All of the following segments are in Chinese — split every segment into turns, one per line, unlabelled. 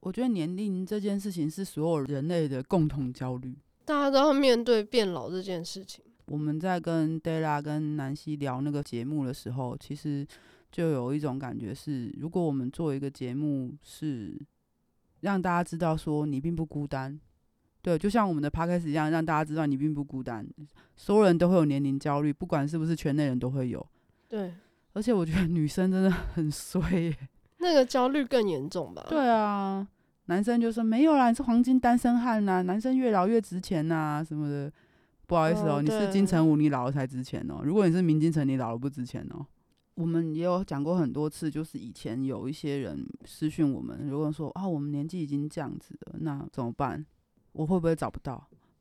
我觉得年龄这件事情是所有人类的共同焦虑。
大家都要面对变老这件事情。
我们在跟 Della 跟南希聊那个节目的时候，其实就有一种感觉是，如果我们做一个节目是让大家知道说你并不孤单，对，就像我们的 podcast 一样，让大家知道你并不孤单，所有人都会有年龄焦虑，不管是不是圈内人都会有。
对，
而且我觉得女生真的很衰耶、
那个焦虑更严重吧？
对啊，男生就说没有啦，你是黄金单身汉呐、男生越老越值钱呐、什么的。不好意思哦，
哦
你是
对
金城武，你老了才值钱哦。如果你是明金城，你老了不值钱哦。我们也有讲过很多次，就是以前有一些人私讯我们，如果说啊，我们年纪已经这样子了，那怎么办？我会不会找不到？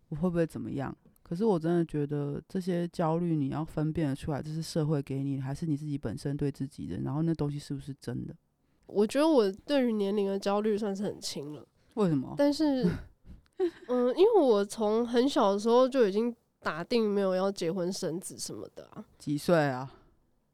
我会不会怎么样？可是我真的觉得这些焦虑你要分辨得出来，这是社会给你的，还是你自己本身对自己的？然后那东西是不是真的？
我觉得我对于年龄的焦虑算是很轻了，
为什么？
但是， 嗯，因为我从很小的时候就已经打定没有要结婚生子什么的啊，
几岁啊？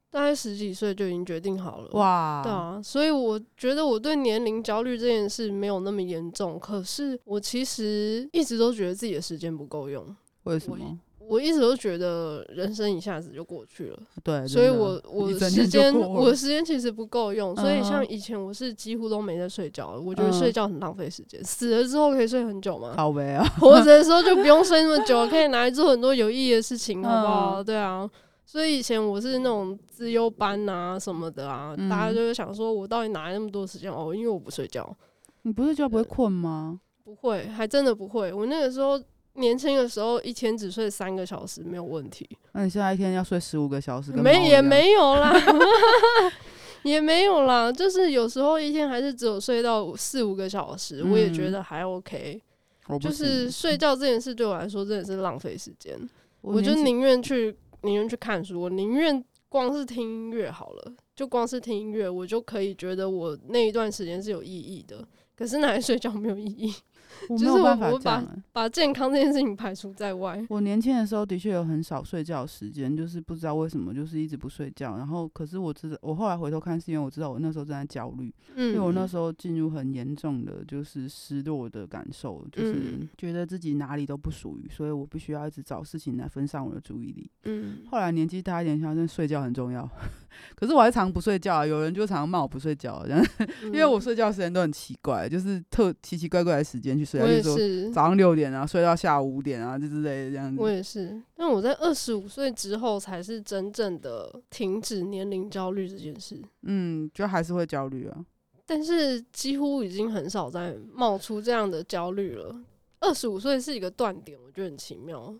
大概十几岁就已经决定好了。
哇，
对啊，所以我觉得我对年龄焦虑这件事没有那么严重，可是我其实一直都觉得自己的时间不够用，
为什
我
么？
我一直都觉得人生一下子就过去了，
对，
所以
真的
我我
一整
时
天就
间
过
我
了
时间其实不够用，所以像以前我是几乎都没在睡觉的，我觉得
嗯
睡觉很浪费时间，死了之后可以睡很久吗？
靠背 啊，
活着的时候就不用睡那么久，可以拿来做很多有意义的事情，好不
嗯
好？对啊，所以以前我是那种资优班啊什么的啊，
嗯
大家就会想说我到底哪来那么多时间哦？因为我不睡觉，
你不是觉得不会困吗？
不会，还真的不会。我那个时候年轻的时候，一天只睡三个小时没有问题，
那你现在一天要睡十五个小时，跟猫
没
一
也
样，
没有 啦。也没有啦，就是有时候一天还是只有睡到四五个小时，我也觉
嗯
得还 OK。
我不
就是
行
睡觉这件事对我来说真的是浪费时间。
我
我
年
就
纪
宁愿去宁愿去看书，我宁愿光是听音乐好了，就光是听音乐，我就可以觉得我那一段时间是有意义的。可是拿来睡觉没有意义，
我
就
没有
是
办
我
法
我
这
把
样欸。
把健康这件事情排除在外。
我年轻的时候的确有很少睡觉的时间，就是不知道为什么，就是一直不睡觉。然后，可是我知道，我后来回头看，是因为我知道我那时候正在焦虑，因
嗯，
为我那时候进入很严重的就是失落的感受，就是
嗯
觉得自己哪里都不属于，所以我必须要一直找事情来分散我的注意力。
嗯，
后来年纪大一点，发现睡觉很重要。 可是我还常不睡觉、啊，有人就常骂我不睡觉啊，这样 因为我
嗯
睡觉时间都很奇怪，就是特奇奇怪怪的时间去睡觉，啊
我
就
也
是说
是。
早上六点啊，睡到下午五点啊，这之类的这样
我
子。
也是，但我在二十五岁之后才是真正的停止年龄焦虑这件事，
嗯，就还是会焦虑啊。
但是几乎已经很少再冒出这样的焦虑了。二十五岁是一个断点，我觉得很奇妙。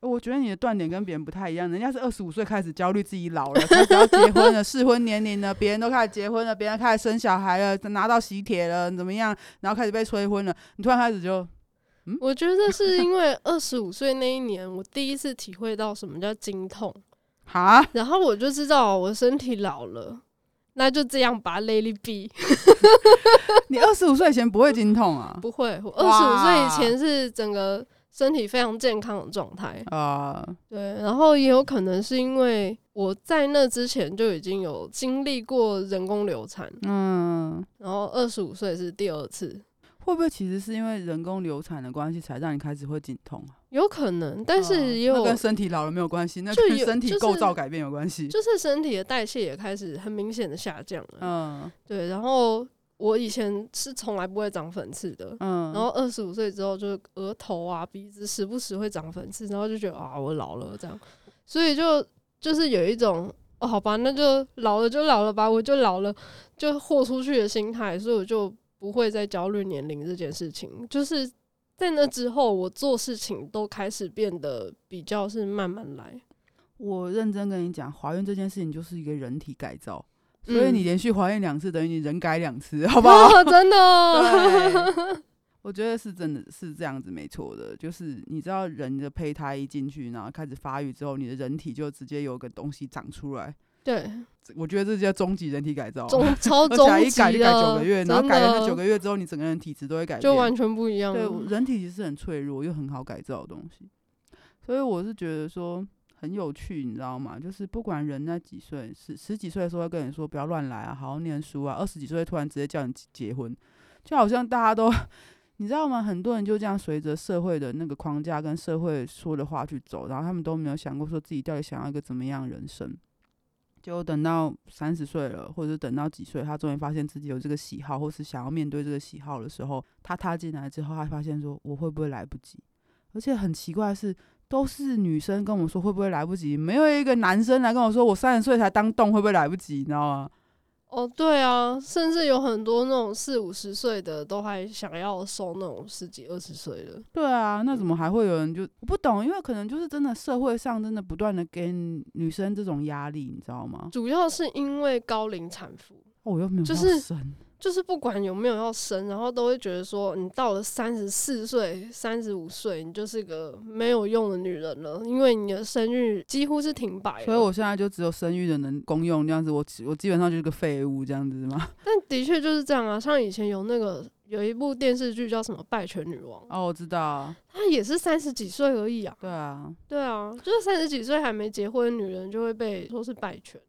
呃我觉得你的断点跟别人不太一样，人家是二十五岁开始焦虑自己老了，开始要结婚了，适婚年龄了，别人都开始结婚了，别人开始生小孩了，拿到喜帖了，怎么样，然后开始被催婚了，你突然开始就
我觉得是因为二十五岁那一年，我第一次体会到什么叫经痛，
哈，
然后我就知道我身体老了，那就这样吧，Lady B。
你二十五岁以前不会经痛啊？
不会，我
哇
二十五岁以前是整个身体非常健康的状态，
啊、
对，然后也有可能是因为我在那之前就已经有经历过人工流产，
嗯，
然后二十五岁是第二次，
会不会其实是因为人工流产的关系，才让你开始会经痛啊？
有可能，但是
嗯
也
那
有
跟身体老了没有关系，那
就
跟
有
身体
就是
构造改变有关系。
就是身体的代谢也开始很明显的下降了，
嗯
对，然后我以前是从来不会长粉刺的，
嗯，
然后二十五岁之后，就是额头啊、鼻子时不时会长粉刺，然后就觉得啊，我老了这样，所以就就是有一种哦，好吧，那就老了就老了吧，我就老了，就豁出去的心态，所以我就不会再焦虑年龄这件事情。就是在那之后，我做事情都开始变得比较是慢慢来，
我认真跟你讲，怀孕这件事情就是一个人体改造，所
嗯
以你连续怀孕两次，等于你人改两次，好不 好？
哦真的哦，
对，我觉得是真的是这样子，没错的。就是你知道，人的胚胎一进去，然后开始发育之后，你的人体就直接有个东西长出来。
对，
这我觉得这叫终极人体改造啊。
中超
而且
中
还一
级
改就改九
的
个月，，然后
真
改了那九
的
个月之后，你整个人体质都会改变。
就完全不一样
对
了。
我人体其实很脆弱又很好改造的东西，所以我是觉得说很有趣，你知道吗？就是不管人在几岁，十十几岁的时候会跟你说不要乱来啊，好好念书啊，二十几岁突然直接叫你结结婚，就好像大家都， 你知道吗？很多人就这样随着社会的那个框架跟社会说的话去走，然后他们都没有想过说自己到底想要一个怎么样的人生。结果等到三十岁了，或者是等到几岁，他终于发现自己有这个喜好，或是想要面对这个喜好的时候，他踏进来之后，他发现说我会不会来不及？而且很奇怪的是，都是女生跟我说会不会来不及，没有一个男生来跟我说我三十岁才当动会不会来不及，你知道吗？
哦，对啊，甚至有很多那种四五十岁的都还想要收那种十几二十岁的，
对啊，那怎
嗯
么还会有人就我不懂？因为可能就是真的社会上真的不断的给女生这种压力，你知道吗？
主要是因为高龄产妇，
哦，我又没有
就是
要生
就是不管有没有要生，然后都会觉得说，你到了三十四岁、三十五岁，你就是个没有用的女人了，因为你的生育几乎是停摆了。
所以我现在就只有生育的能公用这样子，我基我基本上就是个废物这样子嘛。
但的确就是这样啊，像以前有那个有一部电视剧叫什么《败犬女王》，
哦，我知道，
她也是三十几岁而已啊。
对啊，
对啊，就是三十几岁还没结婚，女人就会被说是败犬。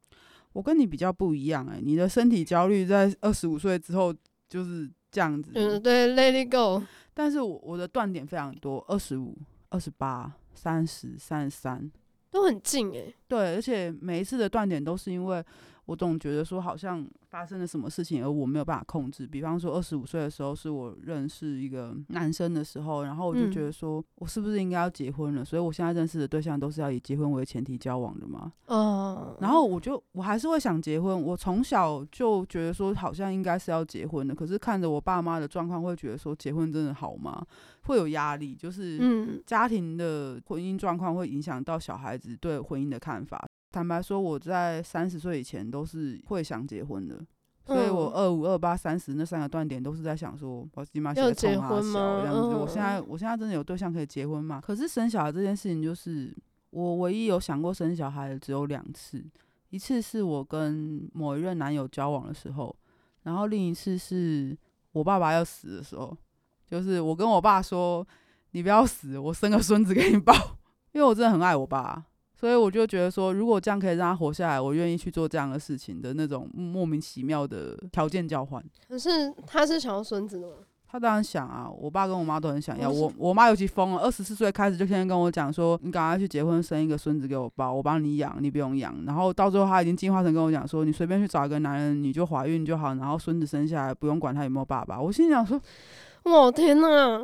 我跟你比较不一样哎、你的身体焦虑在二十五岁之后就是这样子，
嗯，对，Let it go。
但是我我的断点非常多，二十五、二十八、三十、三十三，
都很近欸诶、
对，而且每一次的断点都是因为我总觉得说好像发生了什么事情，而我没有办法控制。比方说，二十五岁的时候是我认识一个男生的时候，然后我就
嗯
觉得说我是不是应该要结婚了？所以我现在认识的对象都是要以结婚为前提交往的嘛。
嗯，
然后我就我还是会想结婚，我从小就觉得说好像应该是要结婚的，可是看着我爸妈的状况，会觉得说结婚真的好吗？会有压力，就是
嗯，
家庭的婚姻状况会影响到小孩子对婚姻的看法。坦白说，我在三十岁以前都是会想结婚的，所
嗯
以我二五、二八、三十那三个断点都是在想说，我起码
要
写
结
冲啊
婚
小
吗
这样子。我
嗯
现在我现在真的有对象可以结婚吗？可是生小孩这件事情，就是我唯一有想过生小孩的只有两次，一次是我跟某一任男友交往的时候，然后另一次是我爸爸要死的时候，就是我跟我爸说：“你不要死，我生个孙子给你抱。” 因为我真的很爱我爸，所以我就觉得说，如果这样可以让他活下来，我愿意去做这样的事情的那种莫名其妙的条件交换。
可是他是想要孙子的吗？
他当然想啊，我爸跟我妈都很想要。
哦是
我我妈尤其疯了，二十四岁开始就天天跟我讲说，你赶快去结婚，生一个孙子给我抱，我帮你养，你不用养。然后到最后，他已经进化成跟我讲说，你随便去找一个男人，你就怀孕就好，然后孙子生下来不用管他有没有爸爸。我心想说，
我天哪，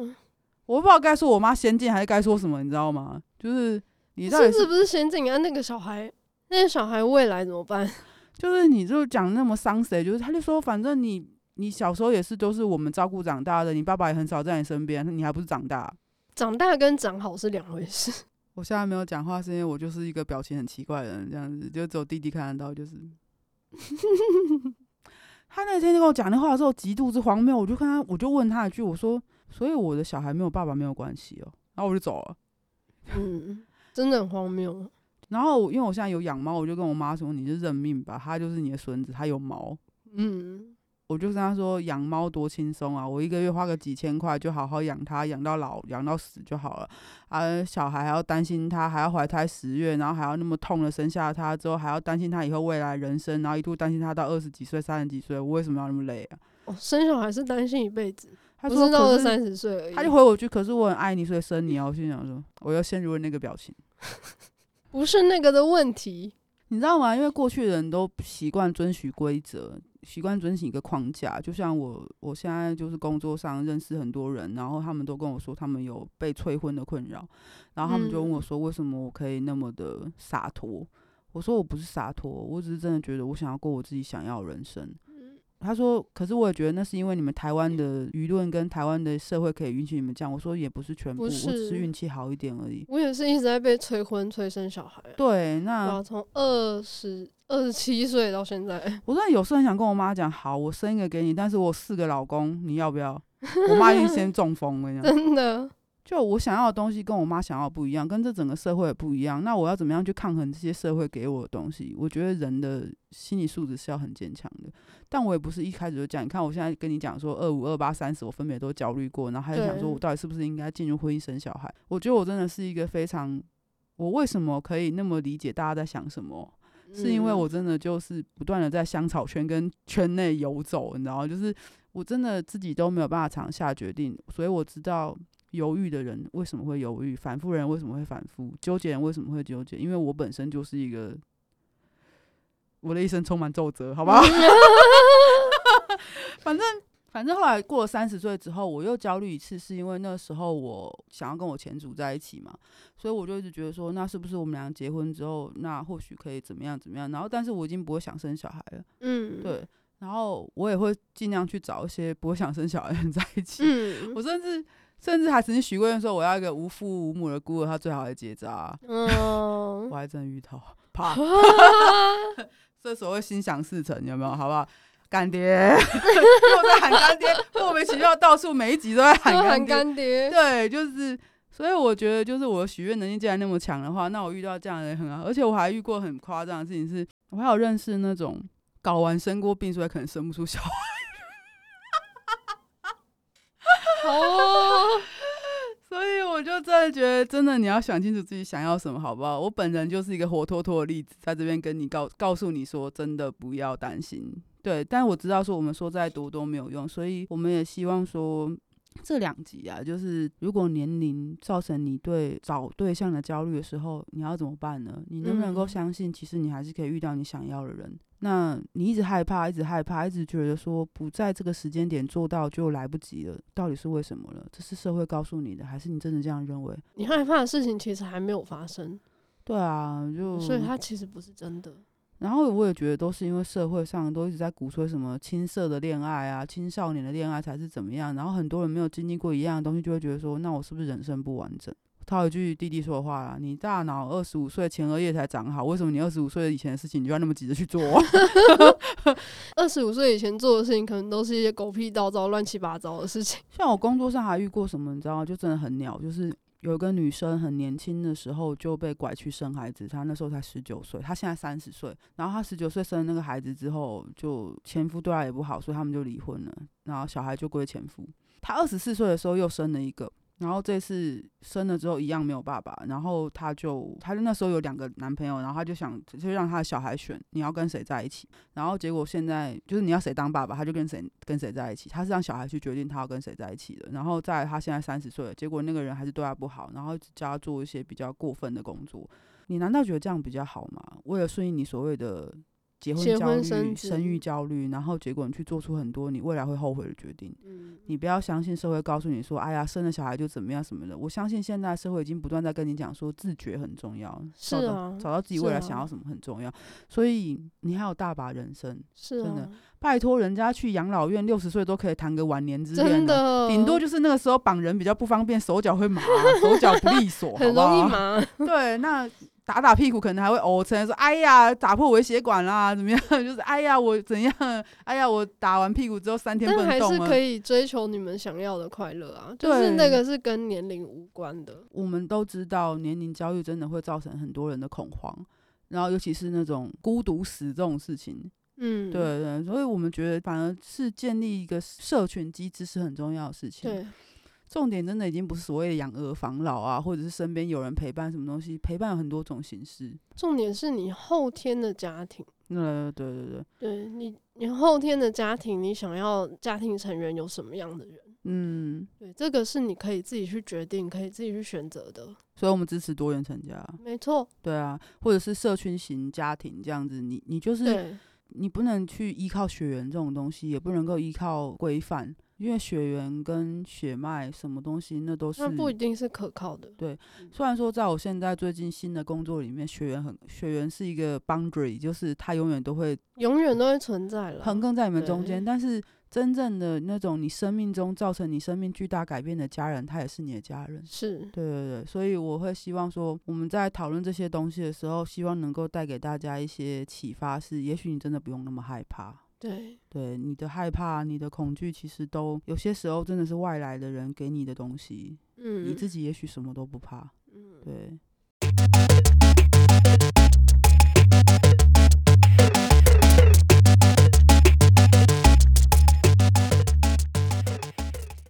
我不知道该说我妈先进还是该说什么，你知道吗？就是你到底
孙
是
子不是先进啊？那个小孩，那个小孩未来怎么办？
就是你就讲那么伤谁，就是他就说反正你你小时候也是都是我们照顾长大的，你爸爸也很少在你身边，你还不是长大。
长大跟长好是两回 事。
我现在没有讲话，是因为我就是一个表情很奇怪的人，这样子就只有弟弟看得到，就是。他那天跟我讲那话的时候，极度之荒谬，我就看他，我就问他一句，我说：“所以我的小孩没有爸爸没有关系哦。”然后我就走了。
嗯，真的很荒谬。
然后我因为我现在有养猫，我就跟我妈说：“你就认命吧，他就是你的孙子，他有毛。”
嗯，
我就跟他说养猫多轻松啊，我一个月花个几千块就好好养它，养到老养到死就好了。啊，小孩还要担心它，还要怀胎十月，然后还要那么痛的生下它之后，还要担心它以后未来人生，然后一度担心它到二十几岁、三十几岁，我为什么要那么累啊？
哦，生小孩是担心一辈子，
他
不
说
是到
可
了
是
三十岁而已。
他就回我一句，可是我很爱你，所以生你啊。我心想说，我又陷入了那个表情。
不是那个的问题。
你知道吗？因为过去的人都习惯遵循规则，习惯遵循一个框架。就像我，我现在就是工作上认识很多人，然后他们都跟我说他们有被催婚的困扰，然后他们就问
嗯
我说，为什么我可以那么的洒脱？我说我不是洒脱，我只是真的觉得我想要过我自己想要的人生。
嗯
他说：“可是我也觉得那是因为你们台湾的舆论跟台湾的社会可以允许你们这样。”我说：“也不是全部，
不
我只
是
是运气好一点而已。
我也是一直在被催婚、催生小孩、”
对，
啊。对
那
啊，从二十二十七岁到现在，
我真的有时候很想跟我妈讲，好，我生一个给你，但是我有四个老公，你要不要？我妈已经先中风了，这样。
真的
就我想要的东西跟我妈想要的不一样，跟这整个社会也不一样。那我要怎么样去抗衡这些社会给我的东西？我觉得人的心理素质是要很坚强的，但我也不是一开始就讲。你看我现在跟你讲说二五、二八、三十，我分别都焦虑过，然后还在想说
对
我到底是不是应该进入婚姻生小孩？我觉得我真的是一个非常，我为什么可以那么理解大家在想什么？是因为
嗯
我真的就是不断的在香草圈跟圈内游走，你知道吗，就是我真的自己都没有办法常下决定，所以我知道犹豫的人为什么会犹豫，反复人为什么会反复，纠结人为什么会纠结，因为我本身就是一个，我的一生充满皱褶，好不好？反正 反正后来过了三十岁之后，我又焦虑一次，是因为那时候我想要跟我前主在一起嘛，所以我就一直觉得说，那是不是我们俩结婚之后，那或许可以怎么样怎么样？然后，但是我已经不会想生小孩了，
嗯，，
对。然后我也会尽量去找一些不会想生小孩的人在一起。
嗯
我甚至甚至还曾经许过愿说，我要一个无父无母的孤儿，他最好来结扎、啊
嗯
我还真遇到， 怕。 这所谓心想事成，有没有？好不好？干爹， 又在喊干爹，莫名其妙到处每一集都在喊
都
干
喊
爹。
干爹，
对，就是，所以我觉得，就是我的许愿能力既然那么强的话，那我遇到这样的人很好。而且我还遇过很夸张的事情是，我还有认识那种搞完生过病，所以可能生不出小孩，
好哦，
所以我就真的觉得，真的你要想清楚自己想要什么，好不好？我本人就是一个活脱脱的例子，在这边跟你告告诉你说，真的不要担心。对，但我知道说我们说再多都没有用，所以我们也希望说这两集啊，就是如果年龄造成你对找对象的焦虑的时候，你要怎么办呢？你能不能够
嗯
相信，其实你还是可以遇到你想要的人？那你一直害怕，一直害怕，一直觉得说不在这个时间点做到就来不及了，到底是为什么了？这是社会告诉你的，还是你真的这样认为？
你害怕的事情其实还没有发生，
对啊，就
所以它其实不是真的。
然后我也觉得都是因为社会上都一直在鼓吹什么青涩的恋爱啊、青少年的恋爱才是怎么样，然后很多人没有经历过一样的东西，就会觉得说，那我是不是人生不完整？套一句弟弟说的话啦，你大脑二十五岁前额叶才长好，为什么你二十五岁以前的事情你就要那么急着去做？
二十五岁以前做的事情，可能都是一些狗屁倒灶、乱七八糟的事情。
像我工作上还遇过什么，你知道吗？就真的很鸟，就是有一个女生很年轻的时候就被拐去生孩子，她那时候才十九岁，她现在三十岁。然后她十九岁生了那个孩子之后，就前夫对她也不好，所以他们就离婚了，然后小孩就归前夫。她二十四岁的时候又生了一个。然后这次生了之后一样没有爸爸，然后她就她就那时候有两个男朋友，然后她就想就让她的小孩选你要跟谁在一起，然后结果现在就是你要谁当爸爸，他就跟谁跟谁在一起，他是让小孩去决定他要跟谁在一起的。然后在他现在三十岁了，结果那个人还是对他不好，然后只叫他做一些比较过分的工作。你难道觉得这样比较好吗？为了顺应你所谓的结婚
结
焦
婚
虑、
生子
生育焦虑，然后结果你去做出很多你未来会后悔的决定。
嗯，
你不要相信社会告诉你说，哎呀，生了小孩就怎么样什么的。我相信现在社会已经不断在跟你讲说，自觉很重要，
是
找到
啊
找到自己
是
未来
啊
想要什么很重要。所以你还有大把人生，
是
真的
啊，
拜托人家去养老院，六十岁都可以谈个晚年之恋、啊
真，的，
顶多就是那个时候绑人比较不方便，手脚会麻，手脚不利索，
很
好不好啊
容易 麻。
对，那打打屁股可能还会呕成说，哎呀，打破我的血管啦，怎么样？ 就是哎呀，我怎样？哎呀，我打完屁股之后三天不
但
能
还
动
是
了。
可以追求你们想要的快乐啊，就是
对
那个是跟年龄无关的。
我们都知道，年龄焦虑真的会造成很多人的恐慌，然后尤其是那种孤独死这种事情，
嗯，
对对，所以我们觉得反而是建立一个社群机制是很重要的事情。
对，
重点真的已经不是所谓的养儿防老啊，或者是身边有人陪伴什么东西，陪伴有很多种形式。
重点是你后天的家庭。
那对对对，
对你，你后天的家庭，你想要家庭成员有什么样的人？
嗯，
对，这个是你可以自己去决定，可以自己去选择的。
所以我们支持多元成家，
没错，
对啊，或者是社群型家庭这样子，你你就是
对，
你不能去依靠血缘这种东西，也不能够依靠规范，因为血缘跟血脉什么东西那都是
那不一定是可靠的。
虽然说，在我现在最近新的工作里面，学员很学员是一个 boundary，就是他永远都会
永远都会存在了。
横亘在你们中间，
对
但是真正的那种你生命中造成你生命巨大改变的家人，他也是你的家人。
是，
对对对，所以我会希望说，我们在讨论这些东西的时候，希望能够带给大家一些启发是，也许你真的不用那么害怕。
对，
对你的害怕、你的恐惧，其实都有些时候真的是外来的人给你的东西，你
嗯，
自己也许什么都不怕。
嗯，
对，